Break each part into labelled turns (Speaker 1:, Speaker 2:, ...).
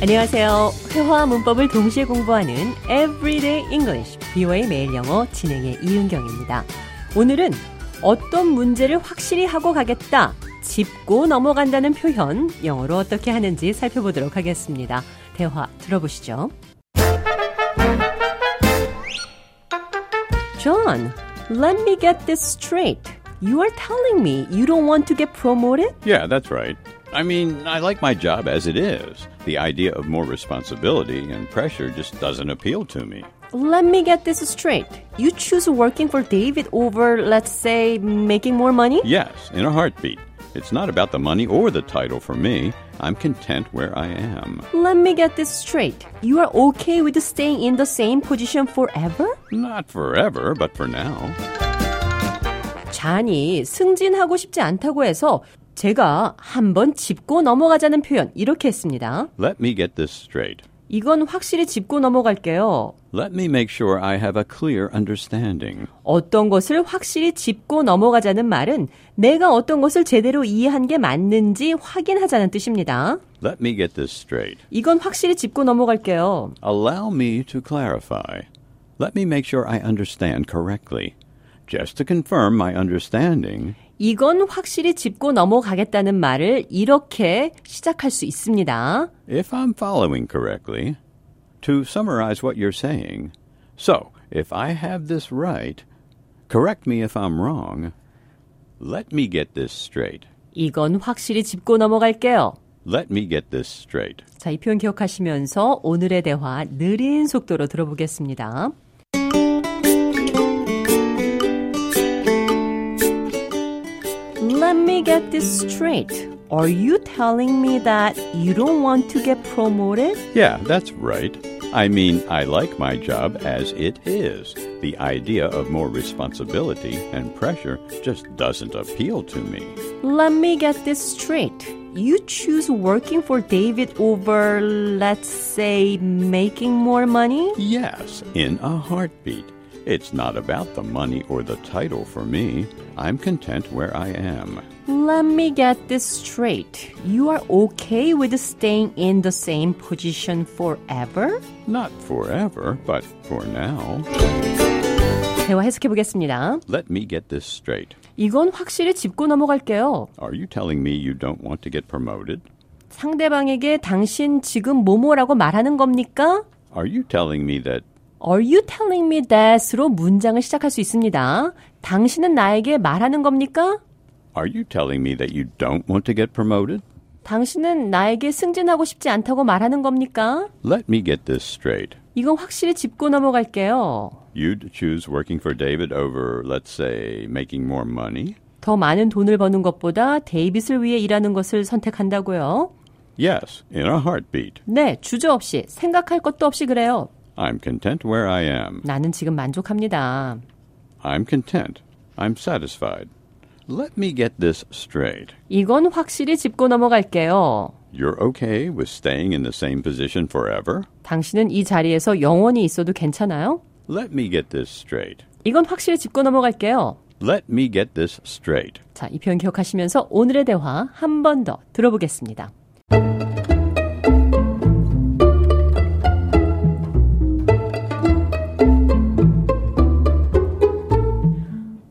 Speaker 1: 안녕하세요. 회화와 문법을 동시에 공부하는 Everyday English, 비와의 매일 영어 진행의 이은경입니다. 오늘은 어떤 문제를 확실히 하고 가겠다, 짚고 넘어간다는 표현, 영어로 어떻게 하는지 살펴보도록 하겠습니다. 대화 들어보시죠. John, let me get this straight. You are telling me you don't want to get promoted?
Speaker 2: Yeah, that's right. I mean, I like my job as it is. The idea of more responsibility and pressure just doesn't appeal to me.
Speaker 1: Let me get this straight. You choose working for David over, let's say, making more money?
Speaker 2: Yes, in a heartbeat. It's not about the money or the title for me. I'm content where I am.
Speaker 1: Let me get this straight. You are okay with staying in the same position forever?
Speaker 2: Not forever, but for now.
Speaker 1: 잔이 승진하고 싶지 않다고 해서 제가 한번 짚고 넘어가자는 표현 이렇게 했습니다.
Speaker 2: Let me get this straight.
Speaker 1: 이건 확실히 짚고 넘어갈게요.
Speaker 2: Let me make sure I have a clear understanding.
Speaker 1: 어떤 것을 확실히 짚고 넘어가자는 말은 내가 어떤 것을 제대로 이해한 게 맞는지 확인하자는 뜻입니다.
Speaker 2: Let me get this straight.
Speaker 1: 이건 확실히 짚고 넘어갈게요.
Speaker 2: Allow me to clarify. Let me make sure I understand correctly. Just to confirm my understanding,
Speaker 1: 이건 확실히 짚고 넘어가겠다는 말을 이렇게 시작할 수 있습니다.
Speaker 2: If I'm following correctly, to summarize what you're saying, so if I have this right, correct me if I'm wrong. Let me get this straight.
Speaker 1: 이건 확실히 짚고 넘어갈게요.
Speaker 2: Let me get this straight.
Speaker 1: 자, 이 표현 기억하시면서 오늘의 대화 느린 속도로 들어보겠습니다. Let me get this straight. Are you telling me that you don't want to get promoted?
Speaker 2: Yeah, that's right. I mean, I like my job as it is. The idea of more responsibility and pressure just doesn't appeal to me.
Speaker 1: Let me get this straight. You choose working for David over, let's say, making more money?
Speaker 2: Yes, in a heartbeat. It's not about the money or the title for me. I'm content where I am.
Speaker 1: Let me get this straight. You are okay with staying in the same position forever?
Speaker 2: Not forever, but for now.
Speaker 1: 대화 해석해 보겠습니다.
Speaker 2: Let me get this straight.
Speaker 1: 이건 확실히 짚고 넘어갈게요.
Speaker 2: Are you telling me you don't want to get promoted?
Speaker 1: 상대방에게 당신 지금 뭐뭐라고 말하는 겁니까?
Speaker 2: Are you telling me that?
Speaker 1: Are you telling me that으로 문장을 시작할 수 있습니다. 당신은 나에게 말하는 겁니까?
Speaker 2: Are you telling me that you don't want to get promoted?
Speaker 1: 당신은 나에게 승진하고 싶지 않다고 말하는 겁니까?
Speaker 2: Let me get this straight.
Speaker 1: 이건 확실히 짚고 넘어갈게요.
Speaker 2: You'd choose working for David over, let's say, making more money?
Speaker 1: 더 많은 돈을 버는 것보다 데이빗을 위해 일하는 것을 선택한다고요.
Speaker 2: Yes, in a heartbeat.
Speaker 1: 네, 주저 없이 생각할 것도 없이 그래요.
Speaker 2: I'm content where I am.
Speaker 1: 나는 지금 만족합니다.
Speaker 2: I'm content. I'm satisfied. Let me get this straight.
Speaker 1: 이건 확실히 짚고 넘어갈게요.
Speaker 2: You're okay with staying in the same position forever?
Speaker 1: 당신은 이 자리에서 영원히 있어도 괜찮아요?
Speaker 2: Let me get this straight.
Speaker 1: 이건 확실히 짚고 넘어갈게요.
Speaker 2: Let me get this straight.
Speaker 1: 자, 이 표현 기억하시면서 오늘의 대화 한 번 더 들어보겠습니다.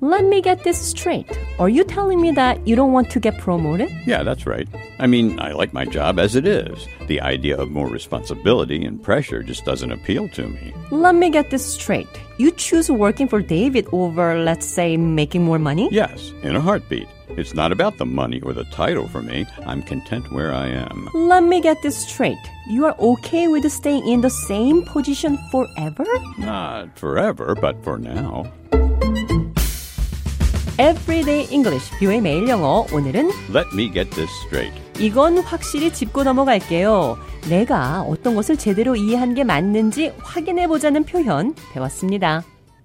Speaker 1: Let me get this straight. Are you telling me that you don't want to get promoted?
Speaker 2: Yeah, that's right. I mean, I like my job as it is. The idea of more responsibility and pressure just doesn't appeal to me.
Speaker 1: Let me get this straight. You choose working for David over, let's say, making more money?
Speaker 2: Yes, in a heartbeat. It's not about the money or the title for me. I'm content where I am.
Speaker 1: Let me get this straight. You are okay with staying in the same position forever?
Speaker 2: Not forever, but for now.
Speaker 1: Everyday English, 뷰의 매일 영어. 오늘은
Speaker 2: Let me get this straight.
Speaker 1: 이건 확실히 짚고 넘어갈게요. 내가 어떤 것을 제대로 이해한 게 맞는지 확인해 보자는 표현 배웠습니다.